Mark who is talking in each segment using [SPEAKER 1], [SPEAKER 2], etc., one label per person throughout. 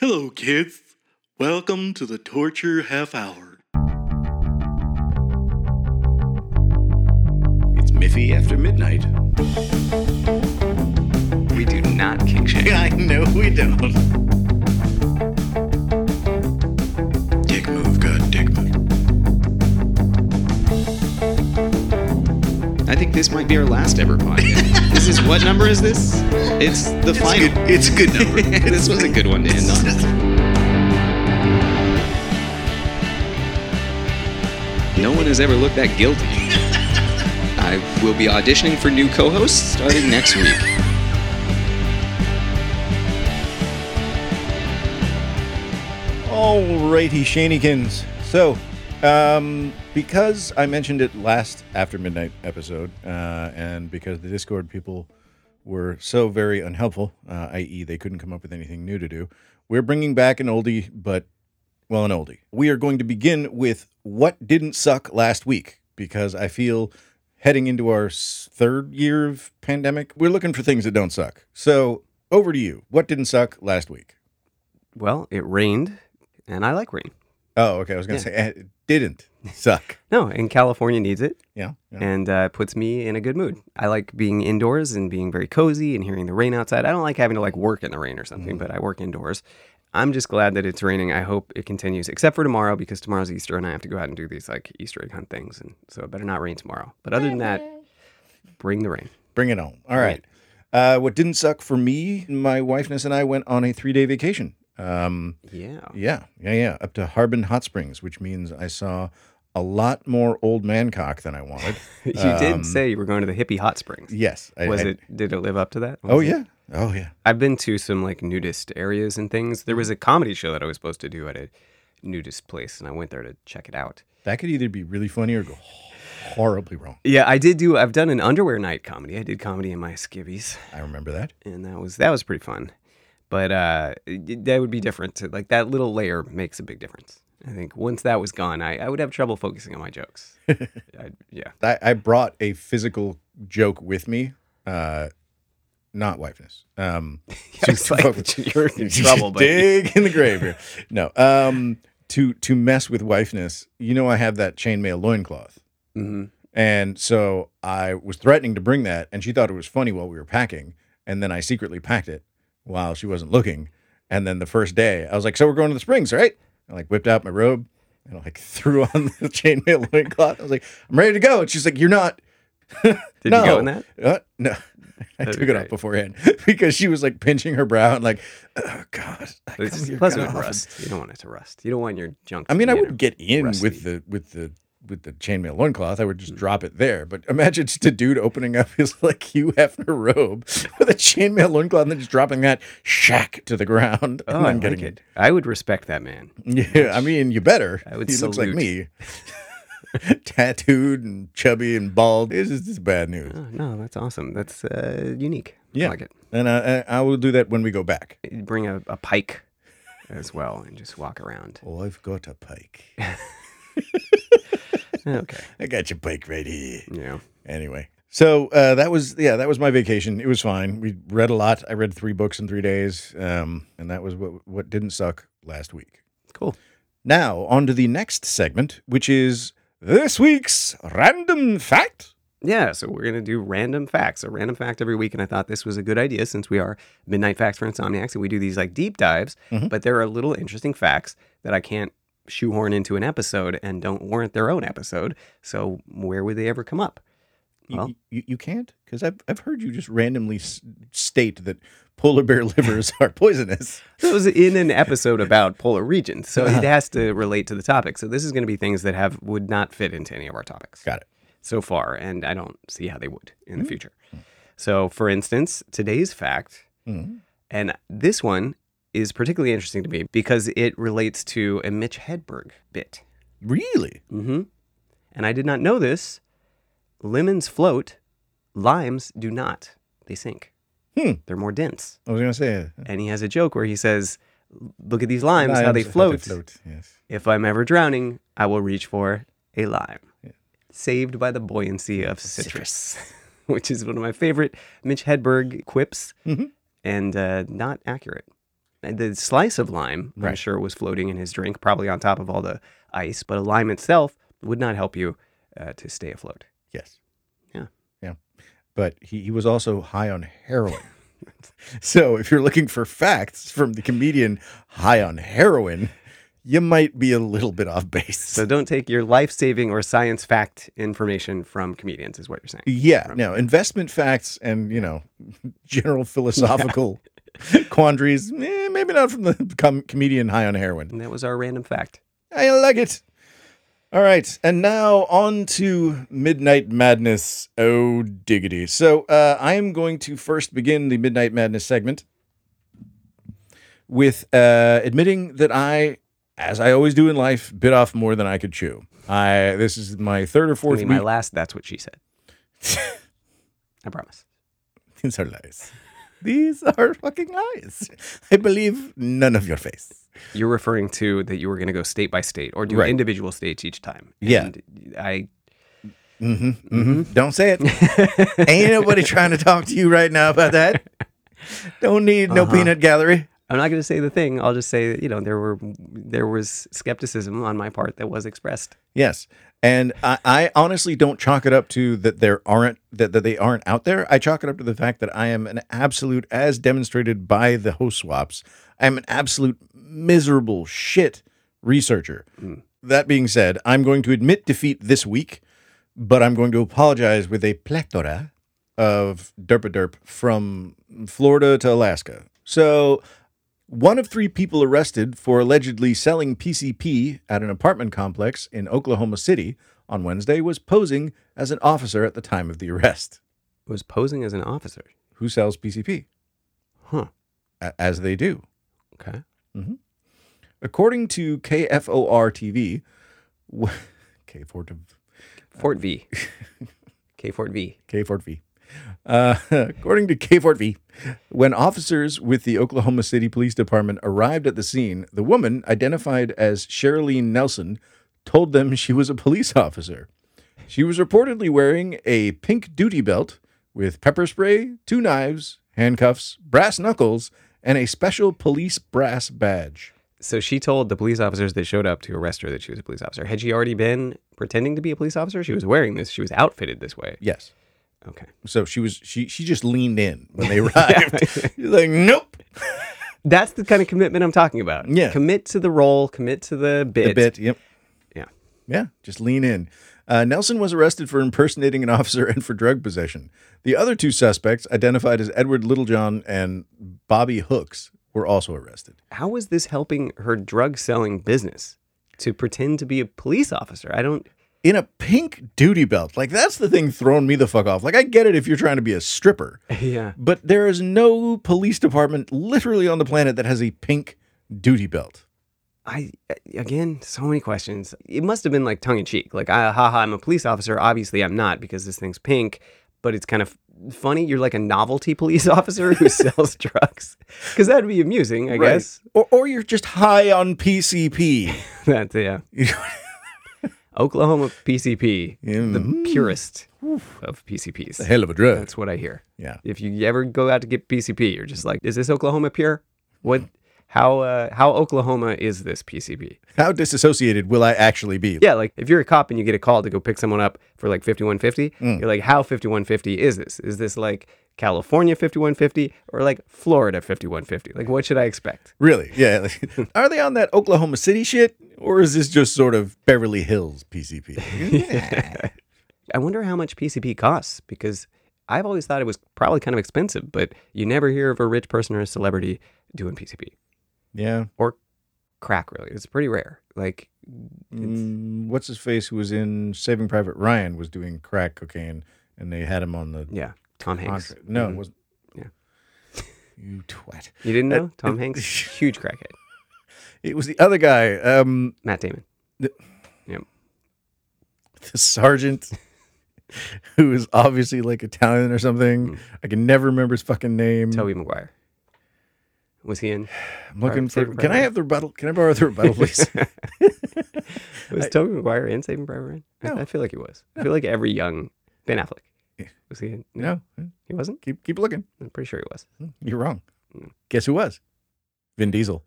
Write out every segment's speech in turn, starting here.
[SPEAKER 1] Hello, kids. Welcome to the Torture Half Hour.
[SPEAKER 2] It's Miffy after midnight.
[SPEAKER 3] We do not kink shame.
[SPEAKER 1] I know we don't.
[SPEAKER 2] Dick move, good dick move.
[SPEAKER 3] I think this might be our last ever podcast. this is what number is this? It's the
[SPEAKER 2] It's a
[SPEAKER 3] final.
[SPEAKER 2] good, it's a good number.
[SPEAKER 3] this was a good one to end on. No one has ever looked that guilty. I will be auditioning for new co-hosts starting next week.
[SPEAKER 4] Alrighty, Shanykins. So, um, because I mentioned it last after midnight episode, uh, and because the Discord people were so very unhelpful, uh, i.e., they couldn't come up with anything new to do, we're bringing back an oldie, but well, an oldie. We are going to begin with what didn't suck last week because I feel heading into our s- third year of pandemic, we're looking for things that don't suck. So, over to you. What didn't suck last week?
[SPEAKER 5] Well, it rained, and I like rain.
[SPEAKER 4] Oh, okay. I was going to say eh, it didn't suck.
[SPEAKER 5] No, and California needs it,
[SPEAKER 4] Yeah. yeah.
[SPEAKER 5] and uh, it puts me in a good mood. I like being indoors and being very cozy and hearing the rain outside. I don't like having to like work in the rain or something, but I work indoors. I'm just glad that it's raining. I hope it continues, except for tomorrow because tomorrow's Easter and I have to go out and do these like Easter egg hunt things, and so it better not rain tomorrow. But other than that, bring the rain.
[SPEAKER 4] Bring it home. All right. Uh, what didn't suck for me, my wifeness and I went on a three day vacation. Um,
[SPEAKER 5] Yeah.
[SPEAKER 4] yeah. Yeah. Yeah. Up to Harbin Hot Springs, which means I saw a lot more old man cock than I wanted.
[SPEAKER 5] You did say you were going to the hippie hot springs.
[SPEAKER 4] yes. Um, I,
[SPEAKER 5] Was
[SPEAKER 4] I-
[SPEAKER 5] it? Did it live up to that?
[SPEAKER 4] Oh,
[SPEAKER 5] Was it-
[SPEAKER 4] yeah. Oh, yeah.
[SPEAKER 5] I've been to some like nudist areas and things. There was a comedy show that I was supposed to do at a nudist place, and I went there to check it out.
[SPEAKER 4] That could either be really funny or go horribly wrong.
[SPEAKER 5] Yeah, I did do. I've done an underwear night comedy. I did comedy in my skivvies,
[SPEAKER 4] I remember that.
[SPEAKER 5] and that was that was pretty fun. But uh, it- that would be different. To, like that little layer makes a big difference. I think once that was gone, I, I would have trouble focusing on my jokes. I, yeah,
[SPEAKER 4] I, I brought a physical joke with me, uh, not wifeness. Um,
[SPEAKER 5] I was like, you're in trouble, buddy.
[SPEAKER 4] dig in the grave here. No, um, to to mess with wifeness, you know, I have that chainmail loincloth,
[SPEAKER 5] hmm
[SPEAKER 4] and so I was threatening to bring that, and she thought it was funny while we were packing, and then I secretly packed it while she wasn't looking, and then the first day I was like, "So we're going to the springs, right?" I like whipped out my robe and I like threw on the chainmail loincloth. I was like, "I'm ready to go," and she's like, "You're not."
[SPEAKER 5] Did
[SPEAKER 4] no.
[SPEAKER 5] you go in that?
[SPEAKER 4] Uh, no. I
[SPEAKER 5] That'd
[SPEAKER 4] took
[SPEAKER 5] be
[SPEAKER 4] it off
[SPEAKER 5] great.
[SPEAKER 4] beforehand because she was like pinching her brow and like, oh god. I gotta
[SPEAKER 5] It's-
[SPEAKER 4] get
[SPEAKER 5] Plus,
[SPEAKER 4] it
[SPEAKER 5] it would
[SPEAKER 4] off."
[SPEAKER 5] rust. You don't want it to rust. You don't want your junk.
[SPEAKER 4] I
[SPEAKER 5] to
[SPEAKER 4] mean,
[SPEAKER 5] be
[SPEAKER 4] I
[SPEAKER 5] in
[SPEAKER 4] would
[SPEAKER 5] it.
[SPEAKER 4] get in
[SPEAKER 5] rusty.
[SPEAKER 4] with the with the with the chainmail loincloth. I would
[SPEAKER 5] Mm.
[SPEAKER 4] just drop it there. But imagine just a dude opening up his like Hugh Hefner robe with a chainmail loincloth and then just dropping that shack to the ground and
[SPEAKER 5] Oh,
[SPEAKER 4] then
[SPEAKER 5] I like
[SPEAKER 4] getting
[SPEAKER 5] it. I would respect that man.
[SPEAKER 4] Yeah, I mean, you better.
[SPEAKER 5] I would
[SPEAKER 4] he looks like
[SPEAKER 5] salute.
[SPEAKER 4] me. Tattooed and chubby and bald. This is just bad news.
[SPEAKER 5] Oh, no, that's awesome. That's uh, unique.
[SPEAKER 4] Yeah.
[SPEAKER 5] I like it.
[SPEAKER 4] And I, I, I will do that when we go back.
[SPEAKER 5] Bring a, a pike as well and just walk around.
[SPEAKER 4] Oh, I've got a pike.
[SPEAKER 5] Okay.
[SPEAKER 4] I got your bike right here.
[SPEAKER 5] Yeah.
[SPEAKER 4] Anyway, so uh, that was yeah, that was my vacation. It was fine. We read a lot. I read three books in three days, um, and that was what what didn't suck last week.
[SPEAKER 5] Cool.
[SPEAKER 4] Now on to the next segment, which is this week's random fact.
[SPEAKER 5] Yeah. So we're going to do random facts, a random fact every week. And I thought this was a good idea since we are Midnight Facts for Insomniacs and we do these like deep dives,
[SPEAKER 4] Mhm.
[SPEAKER 5] but there are little interesting facts that I can't shoehorn into an episode and don't warrant their own episode. So where would they ever come up?
[SPEAKER 4] You,
[SPEAKER 5] Well.
[SPEAKER 4] you, you can't because I've I've heard you just randomly s- state that polar bear livers are poisonous.
[SPEAKER 5] It was in an episode about polar regions, so it has to relate to the topic. So this is going to be things that have would not fit into any of our topics
[SPEAKER 4] Got it. Mm-hmm.
[SPEAKER 5] so far, and I don't see how they would in the future. So, for instance, today's fact,
[SPEAKER 4] Mhm.
[SPEAKER 5] and this one is particularly interesting to me because it relates to a Mitch Hedberg bit.
[SPEAKER 4] Really?
[SPEAKER 5] Mm-hmm. And I did not know this. Lemons float, limes do not. They sink.
[SPEAKER 4] Hmm.
[SPEAKER 5] They're more dense
[SPEAKER 4] I was gonna say uh,
[SPEAKER 5] and he has a joke where he says, "Look at these limes, how they
[SPEAKER 4] limes,
[SPEAKER 5] float.
[SPEAKER 4] Yes.
[SPEAKER 5] If I'm ever drowning, I will reach for a lime." Saved by the buoyancy of citrus, which Mm-hmm. is one of my favorite Mitch Hedberg quips, and uh, not accurate. the slice of lime, I'm
[SPEAKER 4] Right.
[SPEAKER 5] sure, was floating in his drink, probably on top of all the ice. But a lime itself would not help you uh, to stay afloat.
[SPEAKER 4] Yes.
[SPEAKER 5] Yeah.
[SPEAKER 4] Yeah. But he, he was also high on heroin. so if you're looking for facts from the comedian high on heroin, you might be a little bit off base.
[SPEAKER 5] So don't take your life saving or science fact information from comedians, is what you're saying.
[SPEAKER 4] yeah. No, investment facts and, you know, general philosophical quandaries, eh, maybe not from the com- comedian high on heroin.
[SPEAKER 5] And that was our random fact.
[SPEAKER 4] I like it. All right, and now on to Midnight Madness. Oh diggity! So uh, I am going to first begin the Midnight Madness segment with uh, admitting that I, as I always do in life, bit off more than I could chew. I this is my third or
[SPEAKER 5] I
[SPEAKER 4] fourth
[SPEAKER 5] mean,
[SPEAKER 4] week.
[SPEAKER 5] my last, that's what she said. I promise.
[SPEAKER 4] These are lies. These are fucking lies. I believe none of your face.
[SPEAKER 5] You're referring to that you were going to go state by state or do
[SPEAKER 4] Right.
[SPEAKER 5] individual states each time.
[SPEAKER 4] Yeah.
[SPEAKER 5] And I
[SPEAKER 4] Mm-hmm, mm-hmm. Don't say it. Ain't nobody trying to talk to you right now about that. Don't need no peanut gallery.
[SPEAKER 5] I'm not going to say the thing. I'll just say that you know there were there was skepticism on my part that was expressed.
[SPEAKER 4] Yes. And I, I honestly don't chalk it up to that there aren't that, that they aren't out there. I chalk it up to the fact that I am an absolute, as demonstrated by the host swaps, I'm an absolute miserable shit researcher. That being said, I'm going to admit defeat this week, but I'm going to apologize with a plethora of derpa derp from Florida to Alaska. So one of three people arrested for allegedly selling PCP at an apartment complex in Oklahoma City on Wednesday was posing as an officer at the time of the arrest.
[SPEAKER 5] Was posing as an officer.
[SPEAKER 4] Who sells PCP?
[SPEAKER 5] Huh.
[SPEAKER 4] A- As they do.
[SPEAKER 5] Okay.
[SPEAKER 4] According to KFOR TV, w- K4 to
[SPEAKER 5] Fort V. K Fort V.
[SPEAKER 4] K Fort V. Uh, according to K Fort V, when officers with the Oklahoma City Police Department arrived at the scene, the woman, identified as Sherilyn Nelson, told them she was a police officer. She was reportedly wearing a pink duty belt with pepper spray, two knives, handcuffs, brass knuckles, and a special police brass badge.
[SPEAKER 5] So she told the police officers that showed up to arrest her that she was a police officer. Had she already been pretending to be a police officer? She was wearing this. She was outfitted this way.
[SPEAKER 4] Yes.
[SPEAKER 5] Okay.
[SPEAKER 4] So she was she she just leaned in when they arrived. She's like, nope.
[SPEAKER 5] That's the kind of commitment I'm talking about.
[SPEAKER 4] Yeah.
[SPEAKER 5] Commit to the role. Commit to the bit.
[SPEAKER 4] A bit. Yep.
[SPEAKER 5] Yeah.
[SPEAKER 4] Yeah, just lean in. Uh, Nelson was arrested for impersonating an officer and for drug possession. The other two suspects, identified as Edward Littlejohn and Bobby Hooks, were also arrested.
[SPEAKER 5] How was this helping her drug selling business? To pretend to be a police officer. I don't.
[SPEAKER 4] In a pink duty belt. Like, that's the thing throwing me the fuck off. Like, I get it if you're trying to be a stripper,
[SPEAKER 5] Yeah.
[SPEAKER 4] but there is no police department literally on the planet that has a pink duty belt.
[SPEAKER 5] I again, so many questions. It must have been like tongue in cheek, like ah, haha, I'm a police officer. Obviously, I'm not because this thing's pink, but it's kind of funny. You're like a novelty police officer who sells drugs, because that'd be amusing, I guess.
[SPEAKER 4] Or, or you're just high on PCP.
[SPEAKER 5] That's yeah. Oklahoma PCP, the purest of PCPs.
[SPEAKER 4] Hell of a drug.
[SPEAKER 5] That's what I hear.
[SPEAKER 4] Yeah.
[SPEAKER 5] If you ever go out to get PCP, you're just like, is this Oklahoma pure? What? How? Uh, how Oklahoma is this PCP?
[SPEAKER 4] How disassociated will I actually be?
[SPEAKER 5] Yeah, like if you're a cop and you get a call to go pick someone up for like 5150,
[SPEAKER 4] Mm.
[SPEAKER 5] you're like, how 5150 is this? Is this like California 5150 or like Florida 5150? Like, what should I expect?
[SPEAKER 4] Really? Yeah. like, Are they on that Oklahoma City shit, or is this just sort of Beverly Hills PCP?
[SPEAKER 5] I wonder how much PCP costs because I've always thought it was probably kind of expensive, but you never hear of a rich person or a celebrity doing PCP
[SPEAKER 4] yeah.
[SPEAKER 5] or crack, really. It's pretty rare. Like,
[SPEAKER 4] Mm, what's his face who was in Saving Private Ryan was doing crack cocaine, and they had him on the
[SPEAKER 5] yeah, Tom Hanks.
[SPEAKER 4] contract. No, it wasn't.
[SPEAKER 5] Mm-hmm. Yeah.
[SPEAKER 4] You twat.
[SPEAKER 5] You didn't know?
[SPEAKER 4] uh,
[SPEAKER 5] Tom Hanks, huge crackhead.
[SPEAKER 4] It was the other guy, um,
[SPEAKER 5] Matt Damon.
[SPEAKER 4] the sergeant, who is obviously like Italian or
[SPEAKER 5] Mm.
[SPEAKER 4] something. I can never remember his fucking name.
[SPEAKER 5] Toby Maguire. Was he in?
[SPEAKER 4] I'm looking
[SPEAKER 5] Private-
[SPEAKER 4] for.
[SPEAKER 5] Saving
[SPEAKER 4] Can I
[SPEAKER 5] Private-
[SPEAKER 4] have the rebuttal? Can I borrow the rebuttal, please?
[SPEAKER 5] Was Toby Maguire in Saving Private Ryan? I- I, feel like he was. I feel like every young Ben Affleck. Was he in?
[SPEAKER 4] no.
[SPEAKER 5] He wasn't?
[SPEAKER 4] Keep keep looking.
[SPEAKER 5] Hmm. I'm pretty sure he was.
[SPEAKER 4] You're wrong. Guess who was? Hmm. Vin Diesel.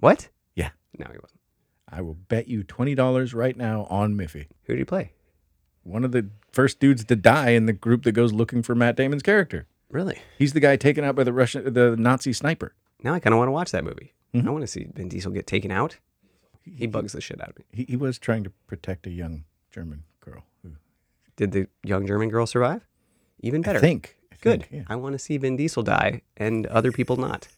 [SPEAKER 5] What?
[SPEAKER 4] Yeah.
[SPEAKER 5] No, he wasn't.
[SPEAKER 4] I will bet you twenty dollars right now on Miffy.
[SPEAKER 5] Who did he play?
[SPEAKER 4] One of the first dudes to die in the group that goes looking for Matt Damon's character.
[SPEAKER 5] Really?
[SPEAKER 4] He's the guy taken out by the Russian, the Nazi sniper.
[SPEAKER 5] Now I kind of want to watch that movie.
[SPEAKER 4] Mhm.
[SPEAKER 5] I want to see Vin Diesel get taken out. He bugs the shit out of me.
[SPEAKER 4] He, he was trying to protect a young German girl. Who,
[SPEAKER 5] Did the young German girl survive? Even better.
[SPEAKER 4] I think. I
[SPEAKER 5] Good.
[SPEAKER 4] think, yeah.
[SPEAKER 5] I want to see Vin Diesel die and other people not.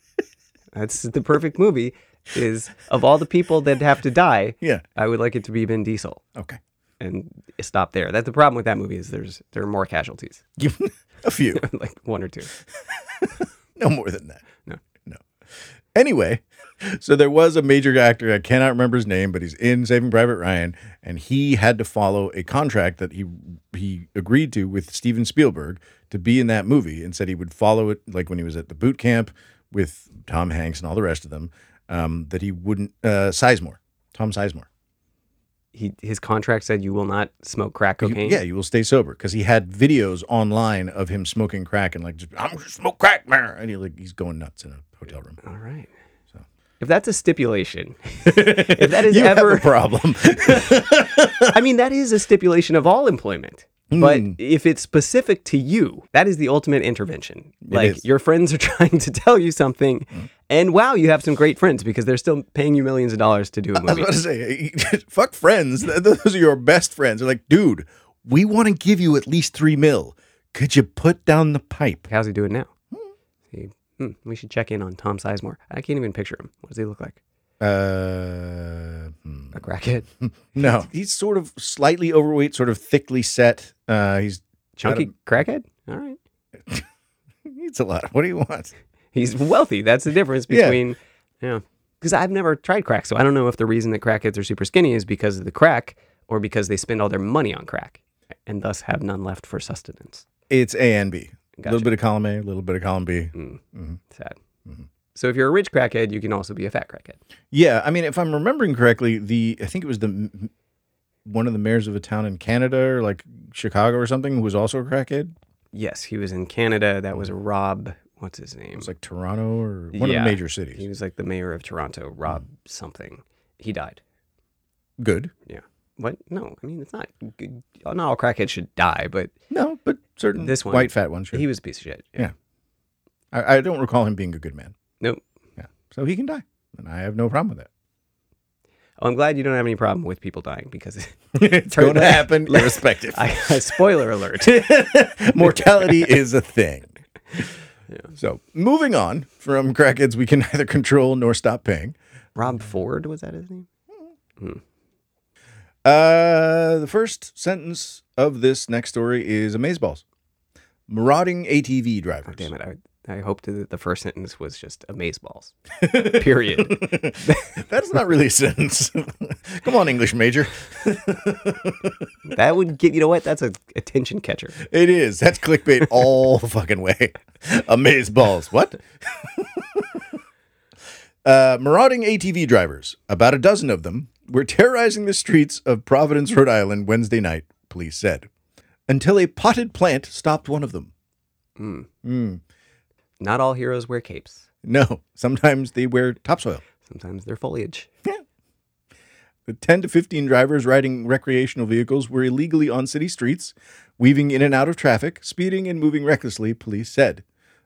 [SPEAKER 5] That's the perfect movie. Is of all the people that have to die,
[SPEAKER 4] Yeah.
[SPEAKER 5] I would like it to be Vin Diesel
[SPEAKER 4] Okay.
[SPEAKER 5] and stop there. That's the problem with that movie is there's there are more casualties,
[SPEAKER 4] Give a few,
[SPEAKER 5] like one or two.
[SPEAKER 4] no more than that.
[SPEAKER 5] No.
[SPEAKER 4] No. Anyway, so there was a major actor. I cannot remember his name, but he's in Saving Private Ryan, and he had to follow a contract that he he agreed to with Steven Spielberg to be in that movie, and said he would follow it like when he was at the boot camp with Tom Hanks and all the rest of them. Um, that he wouldn't uh, Sizemore, Tom Sizemore.
[SPEAKER 5] He his contract said you will not smoke crack
[SPEAKER 4] You-
[SPEAKER 5] cocaine.
[SPEAKER 4] yeah, you will stay sober because he had videos online of him smoking crack and like, just, I'm gonna smoke crack, man, and he like he's going nuts in a hotel room.
[SPEAKER 5] All right. If that's a stipulation, if that is
[SPEAKER 4] you
[SPEAKER 5] ever,
[SPEAKER 4] have a problem.
[SPEAKER 5] I mean, that is a stipulation of all employment. But if it's specific to you, that is the ultimate intervention. like
[SPEAKER 4] is.
[SPEAKER 5] your friends are trying to tell you something, and wow, you have some great friends because they're still paying you millions of dollars to do a
[SPEAKER 4] I was
[SPEAKER 5] movie.
[SPEAKER 4] about to say, fuck friends. Th- Those are your best friends. They're like, dude, we want to give you at least three mil. Could you put down the pipe?
[SPEAKER 5] How's he doing now? He- hmm, we should check in on Tom Sizemore. I can't even picture him. What does he look like?
[SPEAKER 4] Uh, hmm.
[SPEAKER 5] A crackhead,
[SPEAKER 4] no. He's sort of slightly overweight, sort of thickly set. Uh, he's
[SPEAKER 5] chunky crackhead. All right.
[SPEAKER 4] He eats a lot. What do you want?
[SPEAKER 5] He's wealthy. That's the difference
[SPEAKER 4] Yeah.
[SPEAKER 5] between, yeah. Because I've never tried crack, so I don't know if the reason that crackheads are super skinny is because of the crack or because they spend all their money on crack and thus have none left for sustenance.
[SPEAKER 4] It's A and B. A
[SPEAKER 5] Gotcha.
[SPEAKER 4] little bit of column A, a little bit of column B.
[SPEAKER 5] Sad.
[SPEAKER 4] Mm-hmm.
[SPEAKER 5] So if you're a rich crackhead, you can also be a fat crackhead.
[SPEAKER 4] Yeah, I mean, if I'm remembering correctly, the I think it was the m- one of the mayors of a town in Canada or like Chicago or something who was also a crackhead.
[SPEAKER 5] Yes, he was in Canada. That was Rob. What's his name?
[SPEAKER 4] Mm-hmm. It was like Toronto or one
[SPEAKER 5] Yeah.
[SPEAKER 4] of the major cities.
[SPEAKER 5] He was like the mayor of Toronto.
[SPEAKER 4] Mm-hmm.
[SPEAKER 5] Rob something. He died.
[SPEAKER 4] Good.
[SPEAKER 5] Yeah. What? No, I mean it's not. Good. Not all crackheads should die, but
[SPEAKER 4] No, but certain
[SPEAKER 5] This one.
[SPEAKER 4] white fat one. Sure.
[SPEAKER 5] he was a piece of shit.
[SPEAKER 4] Yeah. I, I don't recall him being a good man.
[SPEAKER 5] Nope.
[SPEAKER 4] Yeah. So he can die, and I have no problem with that.
[SPEAKER 5] Oh, I'm glad you don't have any problem with people dying because
[SPEAKER 4] it's
[SPEAKER 5] Right,
[SPEAKER 4] going to
[SPEAKER 5] like-
[SPEAKER 4] happen,
[SPEAKER 5] like-
[SPEAKER 4] irrespective.
[SPEAKER 5] I, spoiler alert.
[SPEAKER 4] Mortality is a thing. So moving on from crackheads, we can neither control nor stop paying.
[SPEAKER 5] Rob Ford was that his name?
[SPEAKER 4] Uh, the first sentence of this next story is amazeballs. Marauding ATV drivers.
[SPEAKER 5] Damn it! I, I hoped that the first sentence was just amazeballs. Period.
[SPEAKER 4] That's not really a sentence. Come on, English major.
[SPEAKER 5] That would get you know what? That's a attention catcher.
[SPEAKER 4] It is. That's clickbait all the fucking way. Amazeballs. What? uh, marauding ATV drivers, about a dozen of them, were terrorizing the streets of Providence, Rhode Island Wednesday night, police said, until a potted plant stopped one of them. Hmm.
[SPEAKER 5] Not all heroes wear capes.
[SPEAKER 4] No, sometimes they wear topsoil.
[SPEAKER 5] Sometimes they're foliage.
[SPEAKER 4] The 10 to 15 drivers riding recreational vehicles were illegally on city streets, weaving in and out of traffic, speeding and moving recklessly, police said.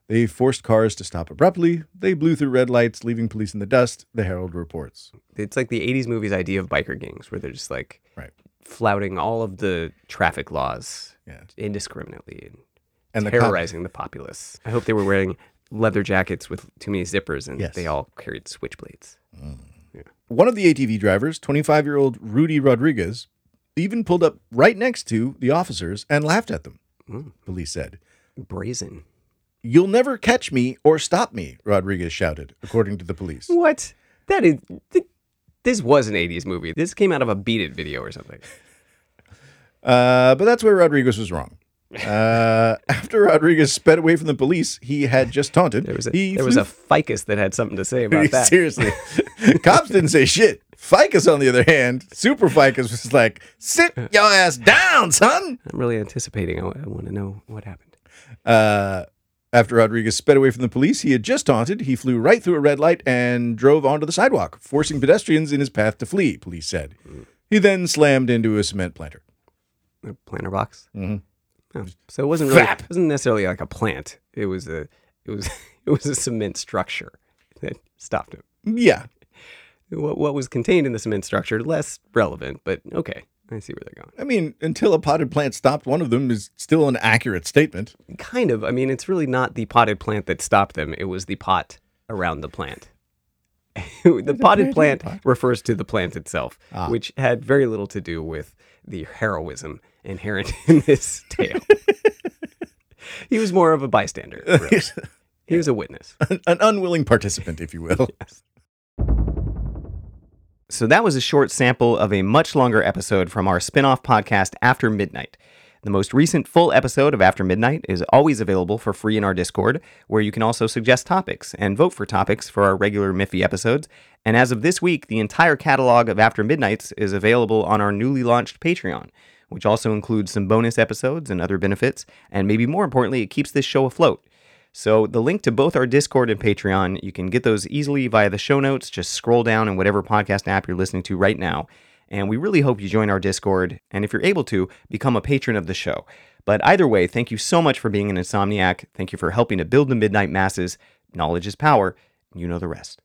[SPEAKER 4] They forced cars to stop abruptly. They blew through red lights, leaving police in the dust, the Herald reports.
[SPEAKER 5] It's like the '80s movies idea of biker gangs, where they're just like
[SPEAKER 4] Right.
[SPEAKER 5] flouting all of the traffic laws
[SPEAKER 4] Yeah.
[SPEAKER 5] indiscriminately and
[SPEAKER 4] And the cop,
[SPEAKER 5] terrorizing the populace. I hope they were wearing leather jackets with too many zippers and
[SPEAKER 4] Yes.
[SPEAKER 5] they all carried switchblades.
[SPEAKER 4] one of the ATV drivers, 25 year old Rudy Rodriguez, even pulled up right next to the officers and laughed at them, police said.
[SPEAKER 5] Brazen.
[SPEAKER 4] You'll never catch me or stop me, Rodriguez shouted, according to the police.
[SPEAKER 5] What? That is. Th- this was an 80s movie. This came out of a Beat It video or something.
[SPEAKER 4] Uh, but that's where Rodriguez was wrong. Uh, after Rodriguez sped away from the police, he had just taunted.
[SPEAKER 5] There was a,
[SPEAKER 4] he
[SPEAKER 5] there was
[SPEAKER 4] flew
[SPEAKER 5] a ficus that had something to say about that.
[SPEAKER 4] Seriously. Cops didn't say shit. Ficus, on the other hand, Super Ficus was like, sit your ass down, son.
[SPEAKER 5] I'm really anticipating. I, want to know what happened.
[SPEAKER 4] Uh, After Rodriguez sped away from the police he had just taunted, he flew right through a red light and drove onto the sidewalk, forcing pedestrians in his path to flee, police said. He then slammed into a cement planter.
[SPEAKER 5] a planter box.
[SPEAKER 4] Mhm.
[SPEAKER 5] Oh, so it wasn't really,
[SPEAKER 4] Fap.
[SPEAKER 5] it wasn't necessarily like a plant. It was a it was it was a cement structure that stopped him.
[SPEAKER 4] Yeah.
[SPEAKER 5] What what was contained in the cement structure less relevant, but okay, I see where they're going.
[SPEAKER 4] I mean, until a potted plant stopped one of them is still an accurate statement.
[SPEAKER 5] Kind of. I mean, it's really not the potted plant that stopped them. It was the pot around the plant. the potted plant refers to the plant itself, which had very little to do with the heroism inherent in this tale. he was more of a bystander. really. He was a witness.
[SPEAKER 4] An, an unwilling participant, if you will.
[SPEAKER 5] So that was a short sample of a much longer episode from our spin-off podcast After Midnight. The most recent full episode of After Midnight is always available for free in our Discord, where you can also suggest topics and vote for topics for our regular Miffy episodes. And as of this week, the entire catalog of After Midnights is available on our newly launched Patreon, which also includes some bonus episodes and other benefits, and maybe more importantly, it keeps this show afloat. So the link to both our Discord and Patreon, you can get those easily via the show notes. Just scroll down in whatever podcast app you're listening to right now. And we really hope you join our Discord. And if you're able to, become a patron of the show. But either way, thank you so much for being an insomniac. Thank you for helping to build the midnight masses. Knowledge is power. You know the rest.